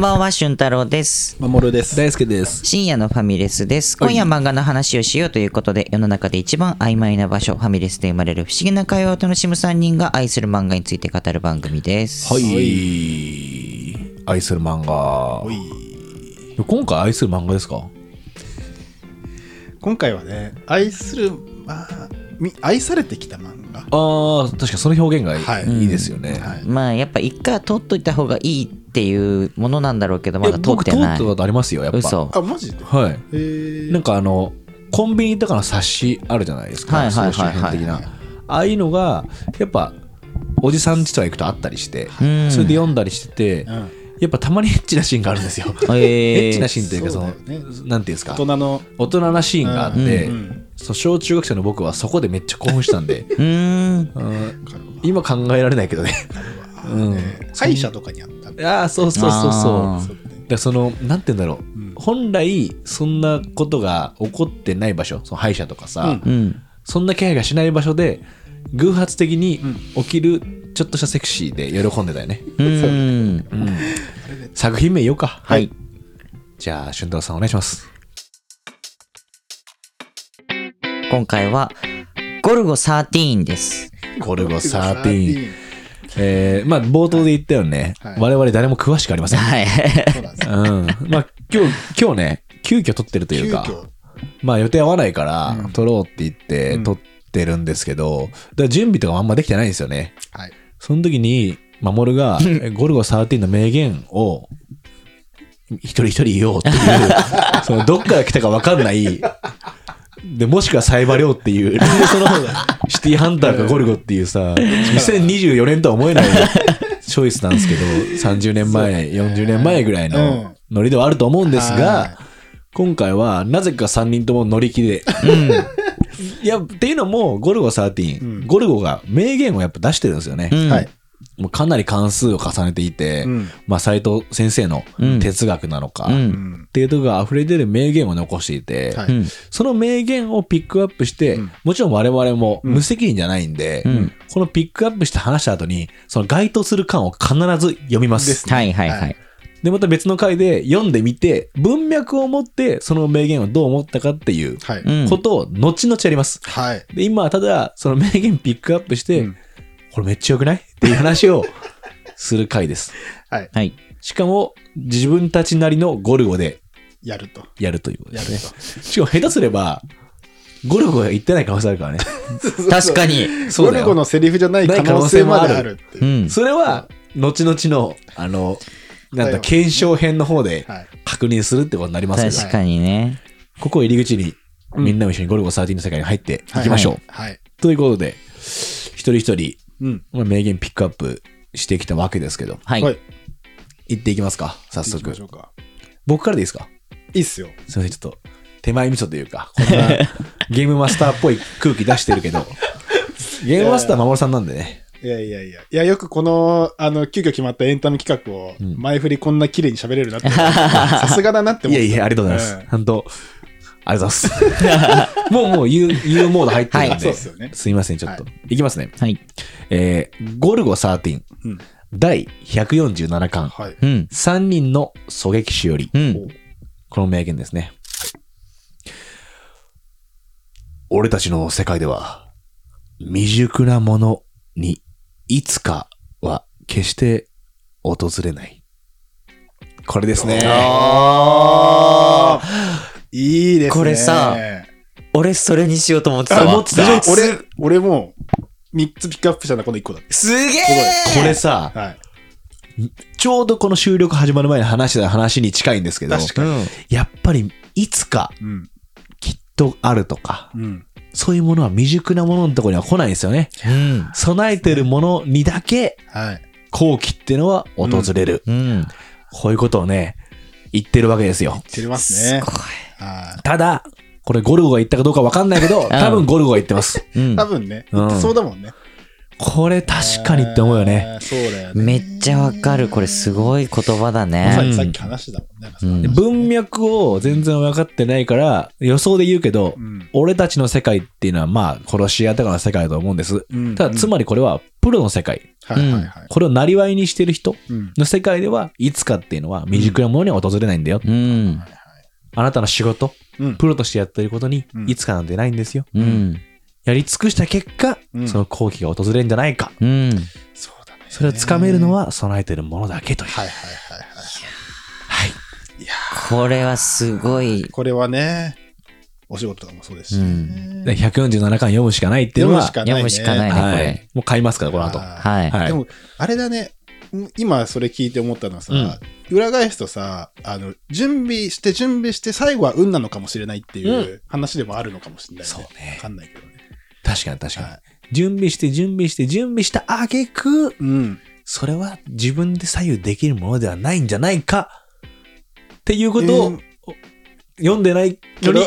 ばんは、俊太郎です。まもるです。大輔です。深夜のファミレスです。今夜漫画の話をしようということで、世の中で一番曖昧な場所、ファミレスで生まれる不思議な会話を楽しむ3人が愛する漫画について語る番組です。はい。愛する漫画。今回愛する漫画ですか今回はね、愛する、まあ、み愛されてきた漫画。ああ、確かにその表現がいい,、はいい、ですよね。はいまあ、やっぱ一回は通っといた方がいいっていうものなんだろうけど、まえだ通っ僕通てっなたい。ことありますよ、やっぱ。嘘。あ、マジではえい。ー、なんかあの、コンビニとかの冊子あるじゃないですか。はいはいはいはい総集編的な。ああいうのが、やっぱ、おじさんちとか行くとあったりして、うんそれで読んだりしてて、うんやっぱたまにエッチなシーンがあるんですよ。 えー エッチなシーンというか、その、そうだよねなんていうんですか大。人の、大人なシーンがあって、うんうんそう小中学生の僕はそこでめっちゃ興奮した んでうーん。うん今考えられないけどねうん歯医者とかにあったんだああそうそうそうあーそうでそのなんて言うんだろう、本来そんなことが起こってない場所その歯医者とかさ、ううん。そんな気配がしない場所で偶発的に起きるちょっとしたセクシーで喜んでたよね、うん。うん作品名言おうかはい。じゃあ俊太郎さんお願いします今回は、ゴルゴ13です。ゴルゴ13、えー、まあ冒頭で言ったよね、はい我々誰も詳しくありませんはい。そうなんですうん。まあ、今日、今日ね、急遽撮ってるという急か、遽まあ予定合わないから、撮ろうって言ってん撮ってるんですけど、だから準備とかあんまできてないんですよね。はいその時に、守が、ゴルゴ13の名言を、一人一人言おうっていう、そのどっから来たか分かんない、で、もしくはサイバリョウっていう、そのシティハンターかゴルゴっていうさ、2024年とは思えないチョイスなんですけど、30年前、40年前ぐらいのノリではあると思うんですはがい、今回はなぜか3人とも乗り気で。いや、っていうのも、ゴルゴ13、うんゴルゴが名言をやっぱ出してるんですよね。うんはいもうかなり関数を重ねていて、うんまあ斎藤先生の哲学なのか、うっん。ていうところが溢れ出る名言を残していて、はういん。その名言をピックアップして、うんもちろん我々も無責任じゃないんで、うんこのピックアップして話した後に、その該当する感を必ず読みま。ですすはいはいははいい。で、また別の回で読んでみて、文脈を持って、その名言をどう思ったかっていうはいうんことを後々やります。はいで、今はただ、その名言ピックアップして、うんこれめっちゃ良くないっていう話をする 回です。はいはい。しかも、自分たちなりのゴルゴでやるとやるということでやるすね。しかも下手すれば、ゴルゴが言ってない可能性あ るからね。と確かに。。そゴうだルよゴのセリフじゃない可能性まであるっていううんそれは、後々の、あの、なんだだ、よ検証編の方ではい確認するってことになりますけど、確かにね。ここを入り口に、みんなも一緒にゴルゴ13の世界に入っていきましょう。はいということで、一人一人、うんまあ、名言ピックアップしてきたわけですけど、はい。はい行っていきますか、早行き速まし。ょうか僕からでいいですかいいっすよすいません、ちょっと、手前味噌というか、こんなゲームマスターっぽい空気出してるけど、ゲームマスター守さんなんでね。いやいやいや。いや、よくこの、あの、急遽決まったエンタメ企画を、前振りこんな綺麗に喋れるな って。さすがだなってい思っやた。いや、ありがとうございます。ん本当、ありがとうございます。もう、もう、言う、言うモード入ってるはんいで、そうっすよねすいません、ちょっと。いきますね。はい。えーゴルゴ13、うん第147巻、はい。うん。 3人の狙撃手より、うん。この名言ですね。俺たちの世界では、未熟なものにいつかは決して訪れない。これですね。あいいですね。これさ俺、それにしようと思ってたわ。思ってた俺、俺も、3つピックアップしたのはこの1個だっすげこえれさた。、はい。ちょうどこの収録始まる前の話した話に近いんですけど、確うん。やっぱりいつかうん。きっとあるとか、うん。そういうものは未熟なもののところには来ないんですよね。うん。備えてるものにだけはい。好奇っていうのは訪れる。うん。こういうことをね、言ってるわけですよ。知りますねす。はただ、これゴルゴが言ったかどうかわかんないけど、多分ゴルゴが言ってます。ごい。うんい。多。分ね、う言んってそうだもんね。これ確かにって思うよね。えーそうだよね。めっちゃわかる。これすごい言葉だまさね。にさっき話してたもんね。うんで文脈を全然分かってないから予想で言うけど、うん俺たちの世界っていうのはまあ殺し屋とかの世界だと思うんです。うんただつまりこれはプロの世界。はいはいはい。これをなりわいにしてる人うんの世界ではいつかっていうのは未熟なものには訪れないんだよ。うん。あなたの仕事、うんプロとしてやってることにうんいつかなんてないんですよ。うん。やり尽くした結果、うんその好機が訪れるんじゃないか。うん。そうだね。それをつかめるのは備えてるものだけという。はいはいはいはい。これはすごい。これはね、お仕事とかもそうですし。うんで147巻読むしかないってい読うのむは、しかないね。読むしかないねはこいれ、もう買いますから、この後。あーはい。はいでも、あれだね、ん今それ聞いて思ったのはさ、う裏返すとさ、あの、準備して準備して最後は運なのかもしれないっていう話でもあるのかもしれない、ねそうねわかんないけどね。確かに確かに。はい準備して準備して準備したあげく、うん。それは自分で左右できるものではないんじゃないかっていうことを、うん読んでないの に、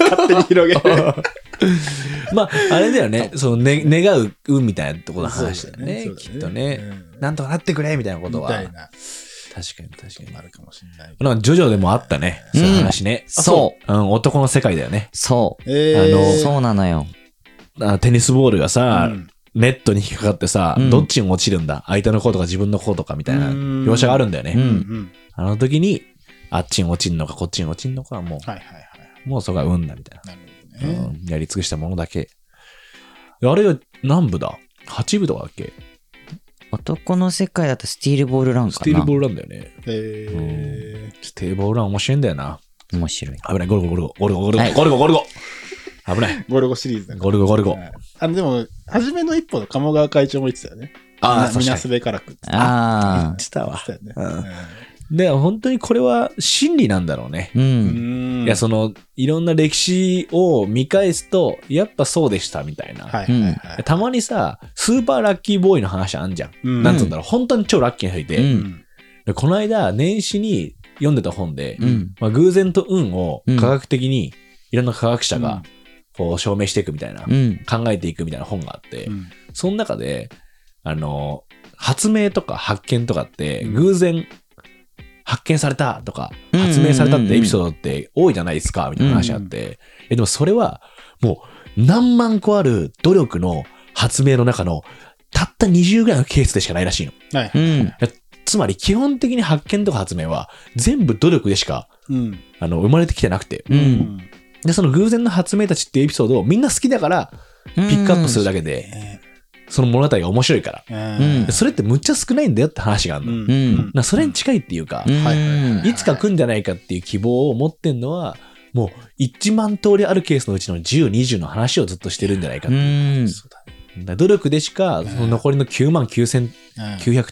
勝手に広げ る。まあ、あれだよ ね、その、ね、願う運みたいなところの話だよね、そうだきよっとね。うんなんとかなってくれみたいなことみは。たい確かな、に確かにあ。るかもしれない。なんか、ジョジョでもあったね。うんそういう話ね。。あそううん、男の世界だよね。そう。えー、あのそうなのよ。あのテニスボールがさ、うんネットに引っかかってさ、うんどっちに落ちるんだ相手の子とか自分の子とかみたいなうん描写があるんだよね。ううんん。うん。あの時に、あっちに落ちんのかこっちに落ちんのかはもう、はいはいはい。もうそこは運だみたいなるほどな、ね。うんやり尽くしたものだけ。あれは何部だ ?8 部とかだっけ男の世界だとスティールボールランスかティールなボー。ルランだよね。えスティールボールラン面白いんだよな。面白い。危ない、ゴルゴゴルゴ、ゴルゴゴルゴ、はいゴルゴゴルゴ。危ない、ー、ゴルゴシリーズだゴルゴゴルゴは。いあの、でも、初めの一歩の鴨川会長も言ってたよね。ああ、み確なかすべからくって言っああ。に。したわて。たよね。うんうんで、本当にこれは真理なんだろうね。う。うんんいや、その、いろんな歴史を見返すと、やっぱそうでしたみたいな。はいはいはたまにさ、スーパーラッキーボーイの話あんじゃん。い。うんなんつうんだろう、本当に超ラッキーな人いて、ううんんでこの間、年始に読んでた本で、うん。まあ、偶然と運をうん科学的にいろんな科学者うんがこう証明していくみたいな、うん。考えていくみたいな本があって、うんその中で、あの、発明とか発見とかって、うん偶然発見されたとか、うんうんうんうん発明されたってエピソードって多いじゃないですか、みたいな話あって、えでもそれは、もう何万個ある努力の発明の中の、たった20ぐらいのケースでしかないらしいの。はい。うん。つまり基本的に発見とか発明は全部努力でしかうん。あの生まれてきてなくてう。うんん。でその偶然の発明たちっていうエピソードをみんな好きだからピピックアップするだけでねその物語が面白いからうんでそれってむっちゃ少ないんだよって話があるの、ううんん。なそれに近いっていうか、うん。はいはいはいいつか来んじゃないかっていう希望を持ってんのはもう1万通りあるケースのうちの1020の話をずっとしてるんじゃないかっていううん。そうだねだから努力でしかその残りの9万9900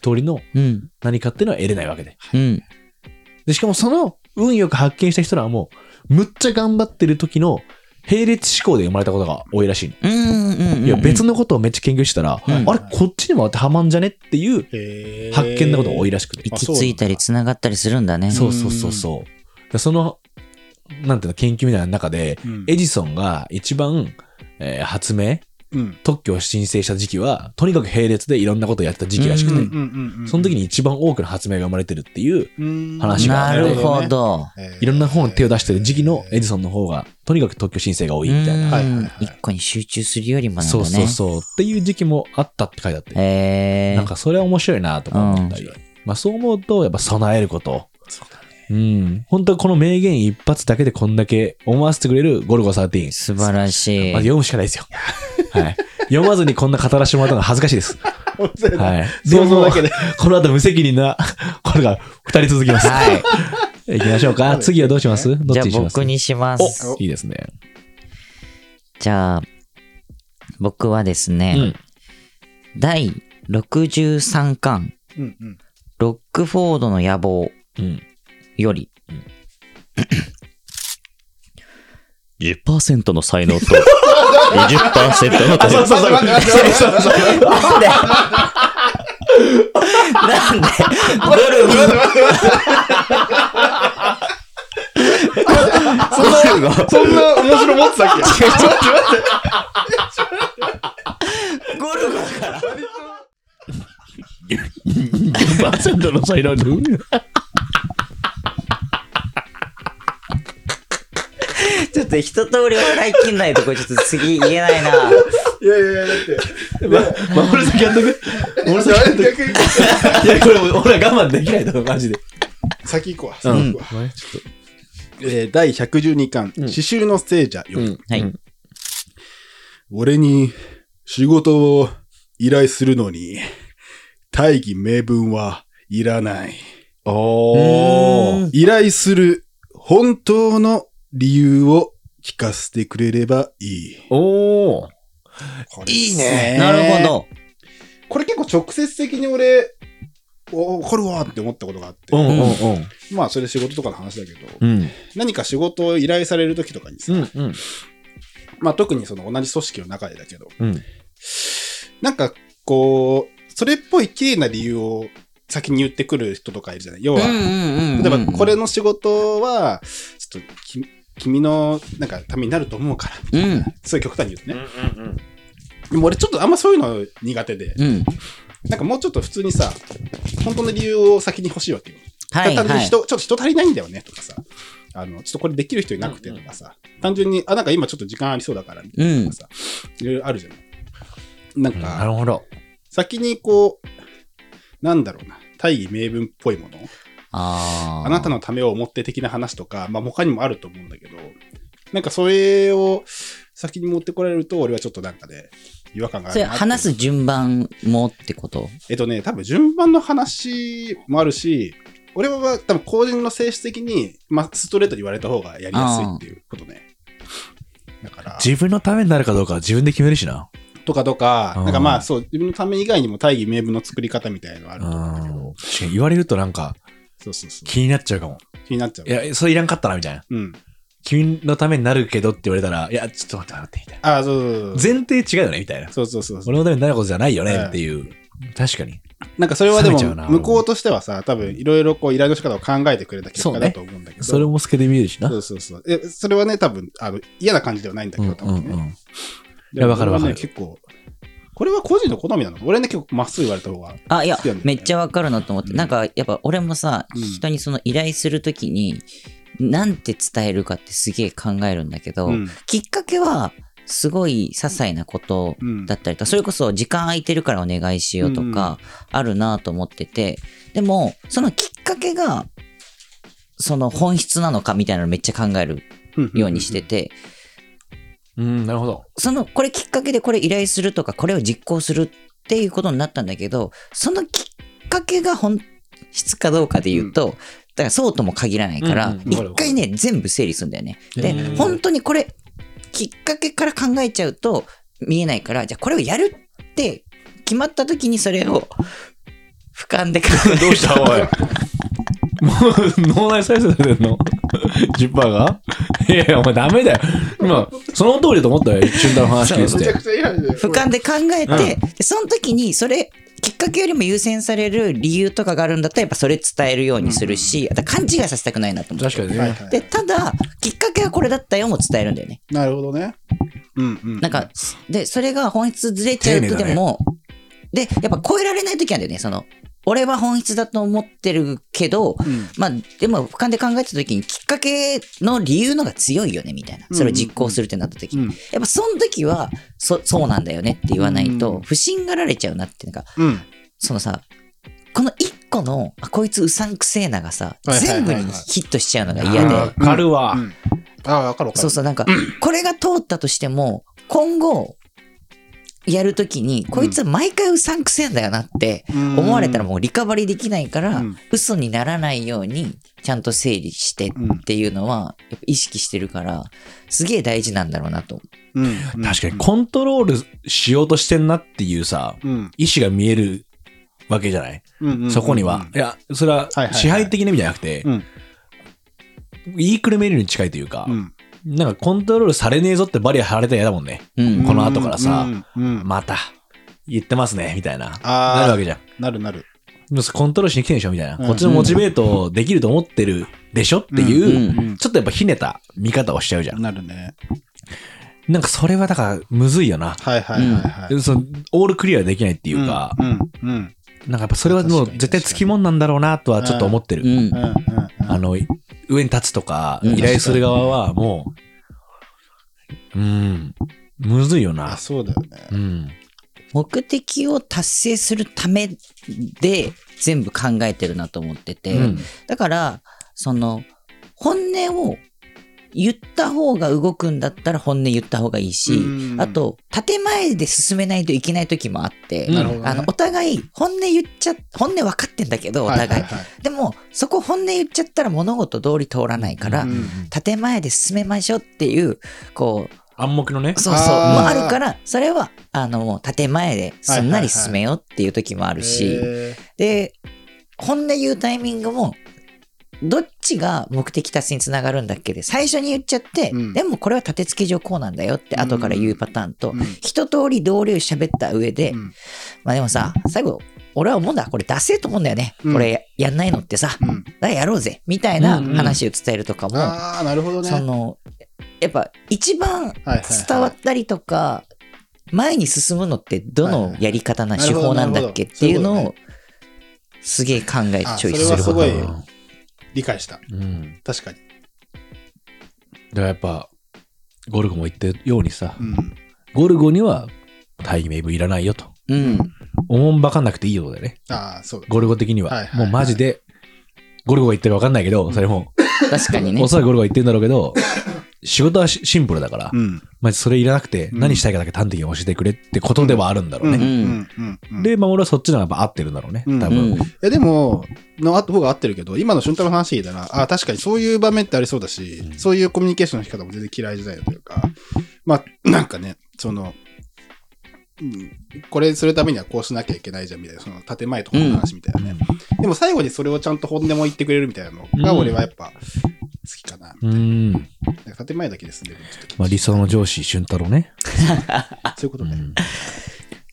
通りのうん。何かっていうのは得れないわけでうん。で、しかもその運よく発見した人らはもう、むっちゃ頑張ってる時の並列思考で生まれたことが多いらしいうの。ん。うん。いや、別のことをめっちゃ研究してたら、うんあれ、こっちにも当てはまんじゃねっていうへー発見のことが多いらしくて。行き着いたり繋がったりするんだね。そうそうそうそう。でその、なんていうの、研究みたいな中で、うんエジソンが一番、えー発明、うん。特許を申請した時期は、とにかく並列でいろんなことをやってた時期らしくて、うんその時に一番多くの発明が生まれてるっていう、に話がなあるほね。ど。えーいろんな本に手を出してる時期のエジソンの方が、とにかく特許申請が多いみたいな。はいうんはいはい一個に集中するよりもなんだそね。うそうそう。っていう時期もあったって書いてあって。へえ。なんかそれは面白いなとか思ったり。うんまあそう思うと、やっぱ備えること。そうだねうん。本当はこの名言一発だけでこんだけ思わせてくれるゴルゴ13。素晴らしい。まあ、読むしかないですよ。はい。読まずにこんな語らせてもらったのは恥ずかしい です。本当だね。はい。想像だけでどうも。この後無責任な、 これが2人続きます。はい。行きましょうか。次はどうしますどじっゃちあにします僕にします。おいいですね。じゃあ、僕はですうね、ん。第63巻、うんうん。ロックフォードの野望うん。より、 10%の才能と20%の努力そうそうそう。なんでなんでゴルゴそんな面白持ってたっけゴルゴだから10%の才能で。ちょっと一通り笑いきんないとこれちょっと次言えない な。 いやいやいや、だって。ま、守る先やっとく守る先やっと逆にくいや、これ俺は我慢できない だろ、マジで。先行こう。う先ん。行こう。えー第112巻、ん刺繍の聖者よ、うんはい。俺に仕事を依頼するのに、大義名分はいらない。おー。依頼する本当の理由を聞かせてくれればいい。おー。いいねなるほ。ど。これ結構直接的に俺、おこれはって思ったことがあって、うんうんまあそれ仕事とかの話だけど、うん。うん。何か仕事を依頼される時とかにさ、うんうん。まあ特にその同じ組織の中でだけど、うん。なんかこう、それっぽい綺麗な理由を先に言ってくる人とかいるじゃない要は、ん例えばこれの仕事は、ちょっとき君のなんかためになると思うから、うん。そういう極端に言うとね。でも俺ちょっとあんまそういうの苦手で、うん。なんかもうちょっと普通にさ、本当の理由を先に欲しいわけよ。はい単純はにい。人、ちょっと人足りないんだよねとかさ、あの、ちょっとこれできる人いなくてとかさ、単純に、あ、なんか今ちょっと時間ありそうだからみたいなとかさ、いろいろあるじゃない。なんか、なるほど。先にこう、なんだろうな、大義名分っぽいもの、ああなたの。のためを思って的な話とか、まあ他にもあると思うんだけど、なんかそれを先に持ってこられると、俺はちょっとなんかね、違和感があそるれなって話す順番もってことえっとね、多分順番の話もあるし、俺は多分個人の性質的に、まあ、ストレートに言われた方がやりやすいっていうことね。だから、自分のためになるかどうかは自分で決めるしな。とかとか、うんなんかまあそう、自分のため以外にも大義名分の作り方みたいなのがあうると思うんだけど、ん。確かに言われるとなんかそうそうそ気になっちゃうかも。う。気になっちゃうい。や、それいらんかったな、みたいな。うん。君のためになるけどって言われたら、いや、ちょっと待って待って、みたいな。ああ、そうそう前提違うよね、みたいな。そう。そうそうそう。俺のためになることじゃないようんね、っていう。確かに。なんかそれはで冷めちゃうなも、向こうとしてはさ、多分いろいろこう依頼の仕方を考えてくれた結そ果うねだと思うんだけど、それも透けて見えるしな。そうそうそう。え、それはね、多分、あの、嫌な感じではないんだうけんど、多分うんね。うん。いいやわかるわかる結構、これは個人の好みなの俺ね、結構まっすぐ言われた方が。あ、いや好きなんだ、よめねっちゃわかるなと思って。なんか、やっぱ俺もさ、うん人にその依頼するときに、なんて伝えるかってすげえ考えるんだけど、うんきっかけは、すごい些細なことだったりとか、それこそ時間空いてるからお願いしようとか、あるなと思ってて、でも、そのきっかけが、その本質なのかみたいなのめっちゃ考えるようにしてて、うん、なるほど。その、これきっかけでこれ依頼するとか、これを実行するっていうことになったんだけど、そのきっかけが本質かどうかで言うと、だからそうとも限らないから、うんうんわかる一わかる回ね、全部整理するんだよね。でう、ん本当にこれ、きっかけから考えちゃうと見えないから、じゃあこれをやるって決まった時にそれを俯瞰で考え どうしたおい。もう、脳内再生されてんの ?10% がいやいや、お前ダメだよ。今、その通りだと思ったよ。瞬間の話聞いてて。ちゃ嫌いで。俯瞰で考えて、でその時にそれきっかけよりも優先される理由とかがあるんだったらやっぱそれ伝えるようにするし、あと勘違いさせたくないなと思って。確かにはいね。はいで、ただ、きっかけはこれだったよも伝えるんだよね。なるほどね。うんうん。なんか、で、それが本質ずれちゃう丁寧とだねでも、で、やっぱ超えられない時なんだよね、その、俺は本質だと思ってるけど、うん、まあ、でも、俯瞰で考えた時に、きっかけの理由のが強いよね、みたいな。それを実行するってなった時うんやっぱその時は、そ、そうなんだよねって言わないうんと、不信がられちゃうなって、なんか、うん。そのさ、この一個の、あ、こいつうさんくせえながさ、はいはいはい全部はいにヒットしちゃうのがい嫌やで、わかるわう。んああ、わかるわかる。そうそう、なんか、これが通ったとしても、今後、やるときに、こいつ毎回うさんくせえんだよなってうん思われたらもうリカバリーできないからうん、嘘にならないように、ちゃんと整理してっていうのは、やっぱ意識してるから、すげえ大事なんだろうなと。うん。うん確かに、コントロールしようとしてんなっていうさ、うん。意思が見えるわけじゃないうんうんそこには。。いや、それははいはい支配的な意味じゃなくてう、ん。言いくるめるに近いというかう、ん。なんかコントロールされねえぞってバリア張られたら嫌だもんね。うん。この後からさうん。うんうんまた、言ってますね、みたいな。あーなるわけじゃん。なるなる。もうコントロールしに来てんでしょみたいな、うんこっちのモチベートできると思ってるでしょっていう、うんうんちょっとやっぱひねた見方をしちゃうじゃん。なるね。なんかそれはだからむずいよな。はいはいはいはい。そのオールクリアできないっていうか、うん。うん。なんかやっぱそれはもう絶対つきもんなんだろうなとはちょっと思ってる。うんうんうんうんあの、い上に立つとか、うん依頼する側はもう、うん、むずいよあ、な。そうだよね。うん。目的を達成するためで全部考えてるなと思ってて、うんだからその本音を言った方が動くんだったら本音言った方がいいし、うんあ、と建前で進めないといけない時もあって、なるほどねあのお互い本音言っちゃ本音分かってんだけどお互い,、はいはいはいでもそこ本音言っちゃったら物事通り通らないから、うん建前で進めましょうっていうこう暗黙のね。そうそうもあーあるからそれはあのもう建前ですんなり進めようっていう時もあるし、へで本音言うタイミングもどっちが目的達成につながるんだっけで最初に言っちゃって、うんでもこれは立て付け上こうなんだよって後から言うパターンと、ーうん一通り同僚喋った上で、うんまあでもさ最後俺は思うんだこれ出せと思うんだよね、うんこれやんないのってさ、うだかんらやろうぜみたいな話を伝えるとかも、ああ、なるほどね。そのやっぱ一番伝わったりとか前に進むのってどのやり方なはいはい手法なんだっけっなるほどていうなのるほをすげえ考えあチョイそれスすはるすこごいと理解した。うん。確かに。だからやっぱ、ゴルゴも言ってるようにさう、ん。ゴルゴには大義名分いらないよと。うんおもんばかんなくていいようだよね。ああ、そうだ。ゴルゴ的にはいは。いはもうマジで、ゴルゴが言ってるか分かんないけど、それも、確かにね おそらくゴルゴが言ってるんだろうけど、仕事はしシンプルだから、うん。まジそれいらなくて、うん何したいかだけ端的に教えてくれってことではあるんだろううん。うね。ん。うんうんで、まあ俺はそっちの方がやっぱ合ってるんだろうね、うん多う分。んいやでも、のあった方が合ってるけど、今の俊太郎の話聞いたら、あ確かにそういう場面ってありそうだし、うんそういうコミュニケーションの仕方も全然嫌いじゃないというか、まあ、なんかね、その、うん、これするためにはこうしなきゃいけないじゃんみたいな、その建前とかの話みたいなね、でも最後にそれをちゃんと本音も言ってくれるみたいなのが、うん俺はやっぱ好きかな。うん。なんか建前だけで済んでるのちょっとまあ理想の上司、俊太郎ね。そういうことね。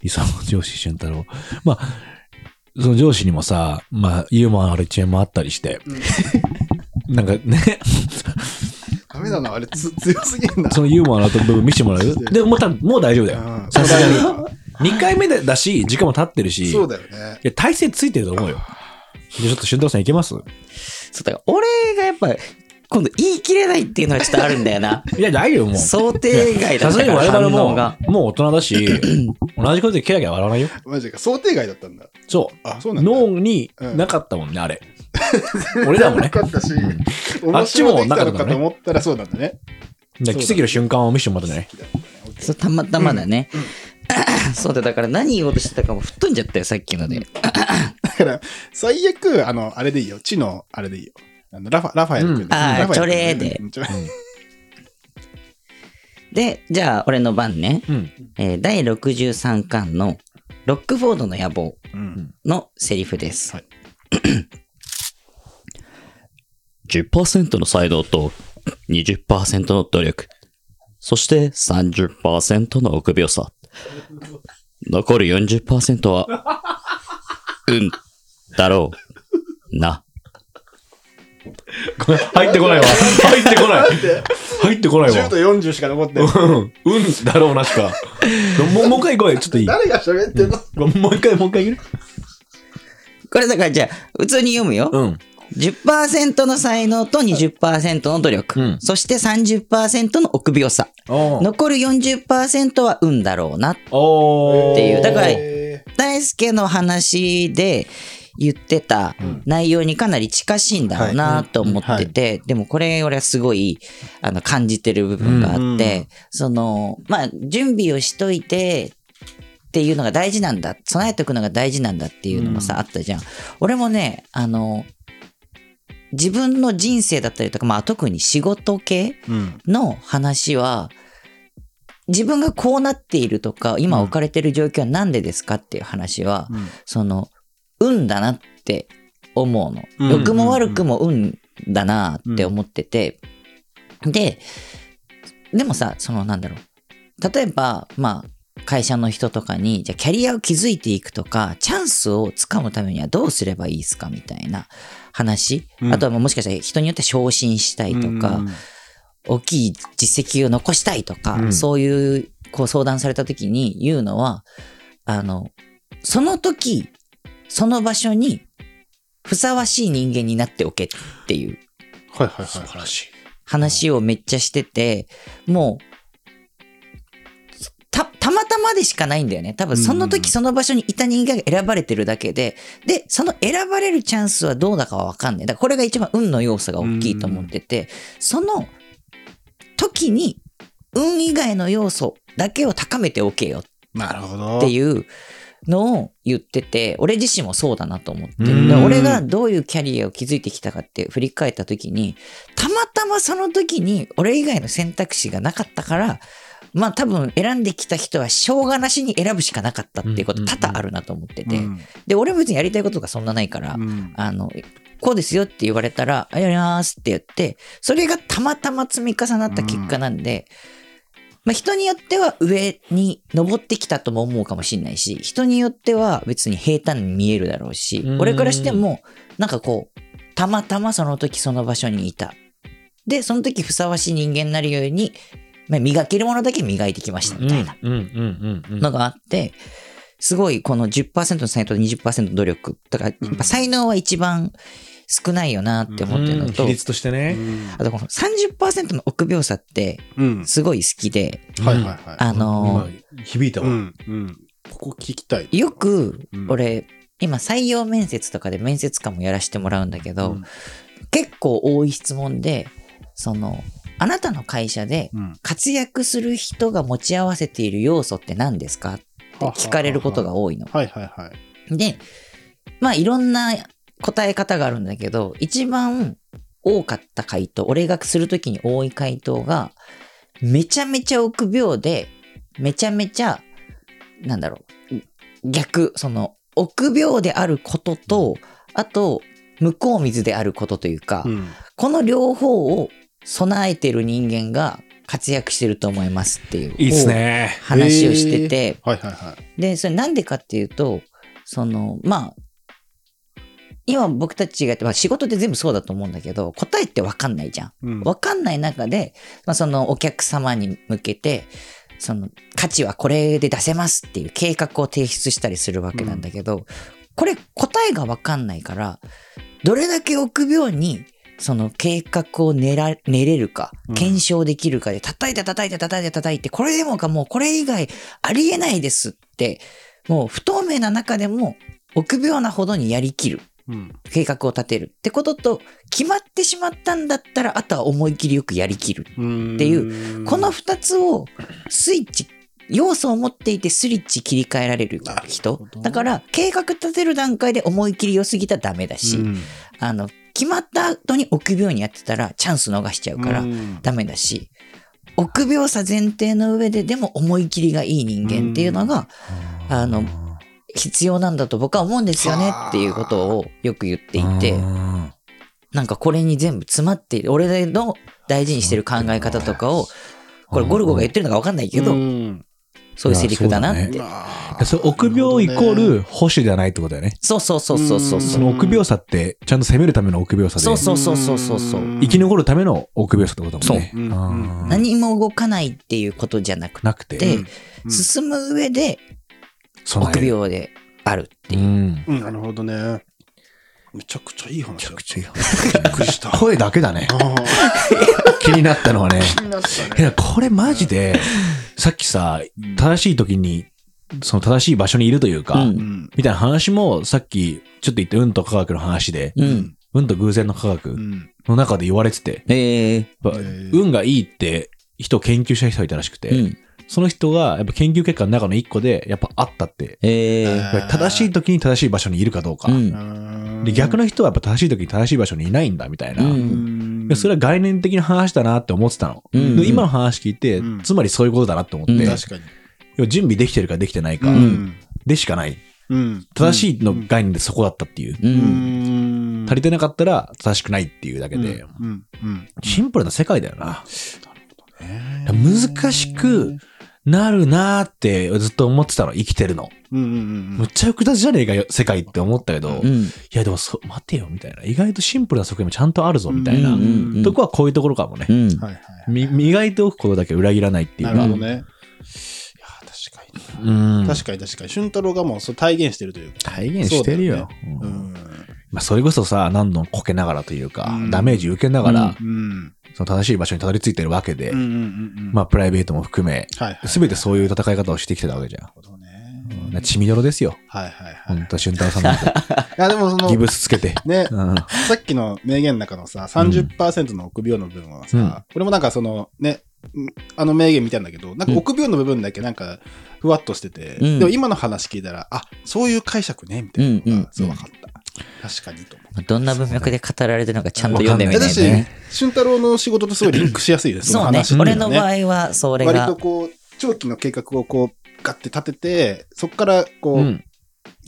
理想の上司、俊太郎。まあ、その上司にもさ、まあ、ユーモアある一面もあったりして、うんなんかね、ダメだな、あれつ強すぎるな。そのユーモアの部分見せてもらうでも、もう多分もう大丈夫だうよ。んさすがに2回目だし、時間も経ってるし、そうだよね。いや、体勢ついてると思うよ。でちょっと俊太郎さんいけますそうだから俺がやっぱ今度言い切れないっていうのはちょっとあるんだよないや、大丈夫もう。想定外ださっすがたにから我々反も応が、もう大人 だし、同じことでキラキラ笑わないよ。マジか、想定外だったんだ。そあ、そうう。なんだ。脳になかったもんね、あれ。俺らもね な。かったし、ん面白いできたのかと思ったらそうなんだね。じゃあ奇跡の瞬間を見せてもらったね。そうたまたまだね、 そうだだから何言おうとしてたかも吹っ飛んじゃったよさっきので、だから、最悪、あの、あれでいいよ。地の、あれでいいよ。あのラファ、ラファエル君うんあーラファエルチョレーで君うんちょでじゃあ俺の番ね、 うん。えー第63巻の「ロックフォードの野望」うんのセリフです。 はい10%の才能と20%の努力、そして30%の臆病さ。残る40%は、 うん、だろう、な。ごめん入ってこないわ。入ってこない。入ってこない10わと。40しか残ってない。うん。うんだろうなしか。もうもう一回行こうよ。ちょっといい。誰が喋ってんのもう一回、もう一回行くこれだからじゃあ普通に読むよ。うん。 10%の才能と20%の努力、うんそして30%の臆病さおー残る40%は運だろうなおーっていうだからえ大輔の話で言ってた内容にかなり近しいんだろうなと思ってて、でもこれ俺はすごいあの感じてる部分があって、うんうんそのまあ準備をしといてっていうのが大事なんだ備えておくのが大事なんだっていうのもさ、あったじゃん俺もねあの自分の人生だったりとか、まあ、特に仕事系、ーうん。の話は自分がこうなっているとか今置かれてる状況は何でですかっていう話は、うんその運だなって思うのうん良くも悪くも運だなって思ってて、ででもさそのなんだろう例えばまあ会社の人とかにじゃあキャリアを築いていくとかチャンスをつかむためにはどうすればいいですかみたいな話、うんあとはもしかしたら人によっては昇進したいとか、うん大きい実績を残したいとか、うんそういうこう相談された時に言うのはあのその時その場所にふさわしい人間になっておけっていうはいはいはい。素晴らしい。話をめっちゃしてて、もう、た、たまたまでしかないんだよね。多分そのうん時その場所にいた人間が選ばれてるだけで、で、その選ばれるチャンスはどうだかはわかんない。だからこれが一番運の要素が大きいと思ってて、その時に運以外の要素だけを高めておけよなるほど。っていうのを言ってて俺自身もそうだなと思ってうんで俺がどういうキャリアを築いてきたかって振り返った時にたまたまその時に俺以外の選択肢がなかったからまあ多分選んできた人はしょうがなしに選ぶしかなかったっていうこうとんうんうん多々あるなと思っててうんで俺も別にやりたいことがそんなないからうんあの、こうですよって言われたら、あやりますって言って、それがたまたま積み重なった結果なんで、まあ人によっては上に登ってきたとも思うかもしれないし、人によっては別に平坦に見えるだろうしう、ん俺からしても、なんかこう、たまたまその時その場所にいた。で、その時ふさわしい人間になるように、まあ磨けるものだけ磨いてきましたみたいな。うんうんうんうんのがあって、すごいこの10%の才能と20%の努力。だから、やっぱ才能は一番少ないよなって思ってるのと、比率としてね。あとこの30%の臆病さってうん。すごい好きで、はいはいはい。あの今響いたうわ。ん。うん。ここ聞きたい。よくうん俺、今採用面接とかで面接官もやらせてもらうんだけど、うん結構多い質問で、その、あなたの会社でうん活躍する人が持ち合わせている要素って何ですかって聞かれることが多いの。はいはいはい。で、まあいろんな答え方があるんだけど、一番多かった回答、俺がするときに多い回答が、めちゃめちゃ臆病で、めちゃめちゃ、なんだろう、逆、その、臆病であることと、あと、向こう水であることというか、うんこの両方を備えてる人間が活躍してると思いますっていういいっすね。話をしてて、はいはいはい。で、それなんでかっていうと、その、まあ、今僕たちがやって、まあ、仕事って全部そうだと思うんだけど、答えってわかんないじゃん。うんわかんない中で、まあ、そのお客様に向けて、その価値はこれで出せますっていう計画を提出したりするわけなんだけど、これ答えがわかんないから、どれだけ臆病にその計画を練ら練れるかうん、検証できるかで、叩いて叩いて叩いて叩いて、これでもかもうこれ以外ありえないですって、もう不透明な中でも臆病なほどにやりきる。うん計画を立てるってことと決まってしまったんだったらあとは思い切りよくやりきる、っていこの2つをスイッチ要素を持っていてスイッチ切り替えられる人ほどだから計画立てる段階で思い切り良すぎたらダメだし、あの決まった後に臆病にやってたらチャンス逃しちゃうから、ダメだし臆病さ前提の上ででも思い切りがいい人間っていうのが、あの必要なんだと僕は思うんですよねっていうことをよく言っていて。うんなんかこれに全部詰まっている。俺の大事にしてる考え方とかを、これゴルゴが言ってるのか分かんないけうど、んそういうセリフだなっいやそうて。そう臆病イコール保守ではないってことだよね。そうそうそうそうそうそそう。の臆病さって、ちゃんと攻めるための臆病さでそう、そうそうそうそうそう。生き残るための臆病さってことだもんね。そううんあー何も動かないっていうことじゃなくなくてて、うん進む上で備え臆る病であるってういう。ん。うんなるほどね。めちゃくちゃいい話だっちょいた。びっくりした。声だけだ ね。あ気になったのはね。ー気になったいねや、これマジで、さっきさ、正しい時に、その正しい場所にいるといううか、ん。うんみたいな話も、さっき、ちょっと言った運と科学の話で、うん。運と偶然の科う学んの中で言われてて、ええ。やっぱへー運がいいって人を研究した人がいたらしくて、うん。その人が、やっぱ研究結果の中の一個で、やっぱあったって、ええ。やっぱり正しい時に正しい場所にいるかどうか。うん。うんで、逆の人はやっぱ正しい時に正しい場所にいないんだ、みたいな。ううんんでそれは概念的な話だなって思ってたの。うんで今の話聞いて、うんつまりそういうことだなって思って、うん要は確かに。準備できてるかできてないか、うんでしかない。うん正しいの概念でそこだったっていう。う。うんん足りてなかったら正しくないっていうだけで、うんうんシンプルな世界だよな。ね難しくなるなーってずっと思ってたの、生きてるの。うんうんうむっちゃ複雑じゃねえかよ、世界って思ったけど、ういん。やでもそ、待てよ、みたいな。意外とシンプルな側面もちゃんとあるぞ、みたいな。うんうんうんとこはこういうところかもねう。んん。はいはいはい。み磨いておくことだけ裏切らないっていうなか。るほどね。いや、確かに。うん。確かに確かに。俊太郎がもうそう体現してるというか。体現してるよ。そうううんん。まあ、それこそさ、何度もこけながらというか、うんダメージ受けながら、うん。その正しい場所にたどり着いてるわけで、うんうんうんうん。まあ、プライベートも含め、あ、はい、はい。すべてそういう戦い方をしてきてたわけじゃん。なるほどね。な血みどろですよ。はいはいはほい。んと、俊太郎さんな んていや、でもそのギ、ブスつけて。ね、うん。さっきの名言の中のさ、30%の臆病の部分はさ、うんこれもなんかそのね、うんあの名言見たんだけど、なんか臆病の部分だけなんかふわっとしてて、うんでも今の話聞いたら、あそういう解釈ね、みたいなうんうのんがそう分かった。確かにと思う。まあどんな文脈で語られてるのかちゃんと読んでみえねだないしとね。、俊太郎の仕事とすごいリンクしやすいです、そうね話。ってい俺うののは場合は、それ割がと、こう、長期の計画をこう、ガッて立てて、そこからこう、うん。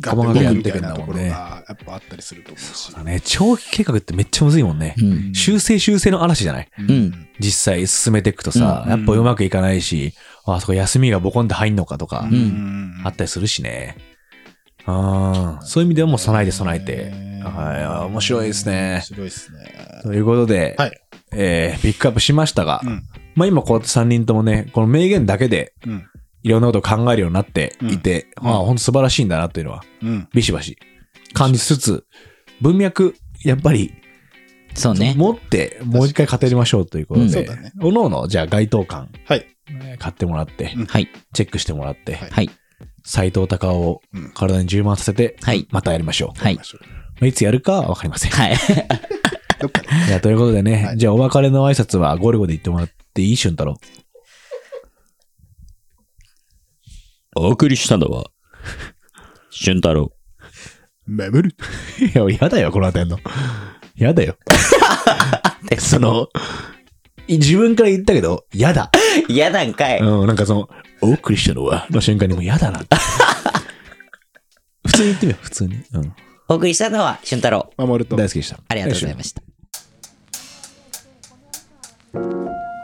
ガッ細てか動くやっくてみたいくんだなともこんろがねやっぱあったりすると思うし。だね、長期計画ってめっちゃむずいもんね。うん。修正修正の嵐じゃないうんうん実際進めていくとさ、うんやっぱうまくいかないし、あそこ休みがボコンって入んのかとかう、あったりするしね。ああ、そういう意味ではもう備えて備えて。はい、面白いです面ね。白いですね。ということで、はいえーピックアップしましたが、うん。まあ今こうやって3人ともね、この名言だけでうん。いろんなことを考えるようになっていて、うんまあ本当素晴らしいんだなというのは、うん。ビシバシ感じつつ、文脈、やっぱりそうね。持って、もう一回語りましょうということうんそで、うだねおのおの、じゃあ該当感、はい。えー買ってもらって、うんはい。チェックしてもらって、はいはい。斎藤隆夫をうん体に充満させて、はいまたやりましょう。は行きいま。しょうまあいつやるかはわかりません。はい。どっかで。いや、ということでね、はいじゃあお別れの挨拶はゴルゴで言ってもらっていい俊太郎。お送りしたのは、俊太郎。眠る。 いや、やだよ、この辺りの。や だよ。その、い自分から言ったけど、やだ。嫌なんかい。うん、なんかその、お送りしたのは、の瞬間にもうやだなって。普通に言ってみよう、普通に。うん。お送りしたのは、俊太郎。守ると大好。きでした。ありがとうございました。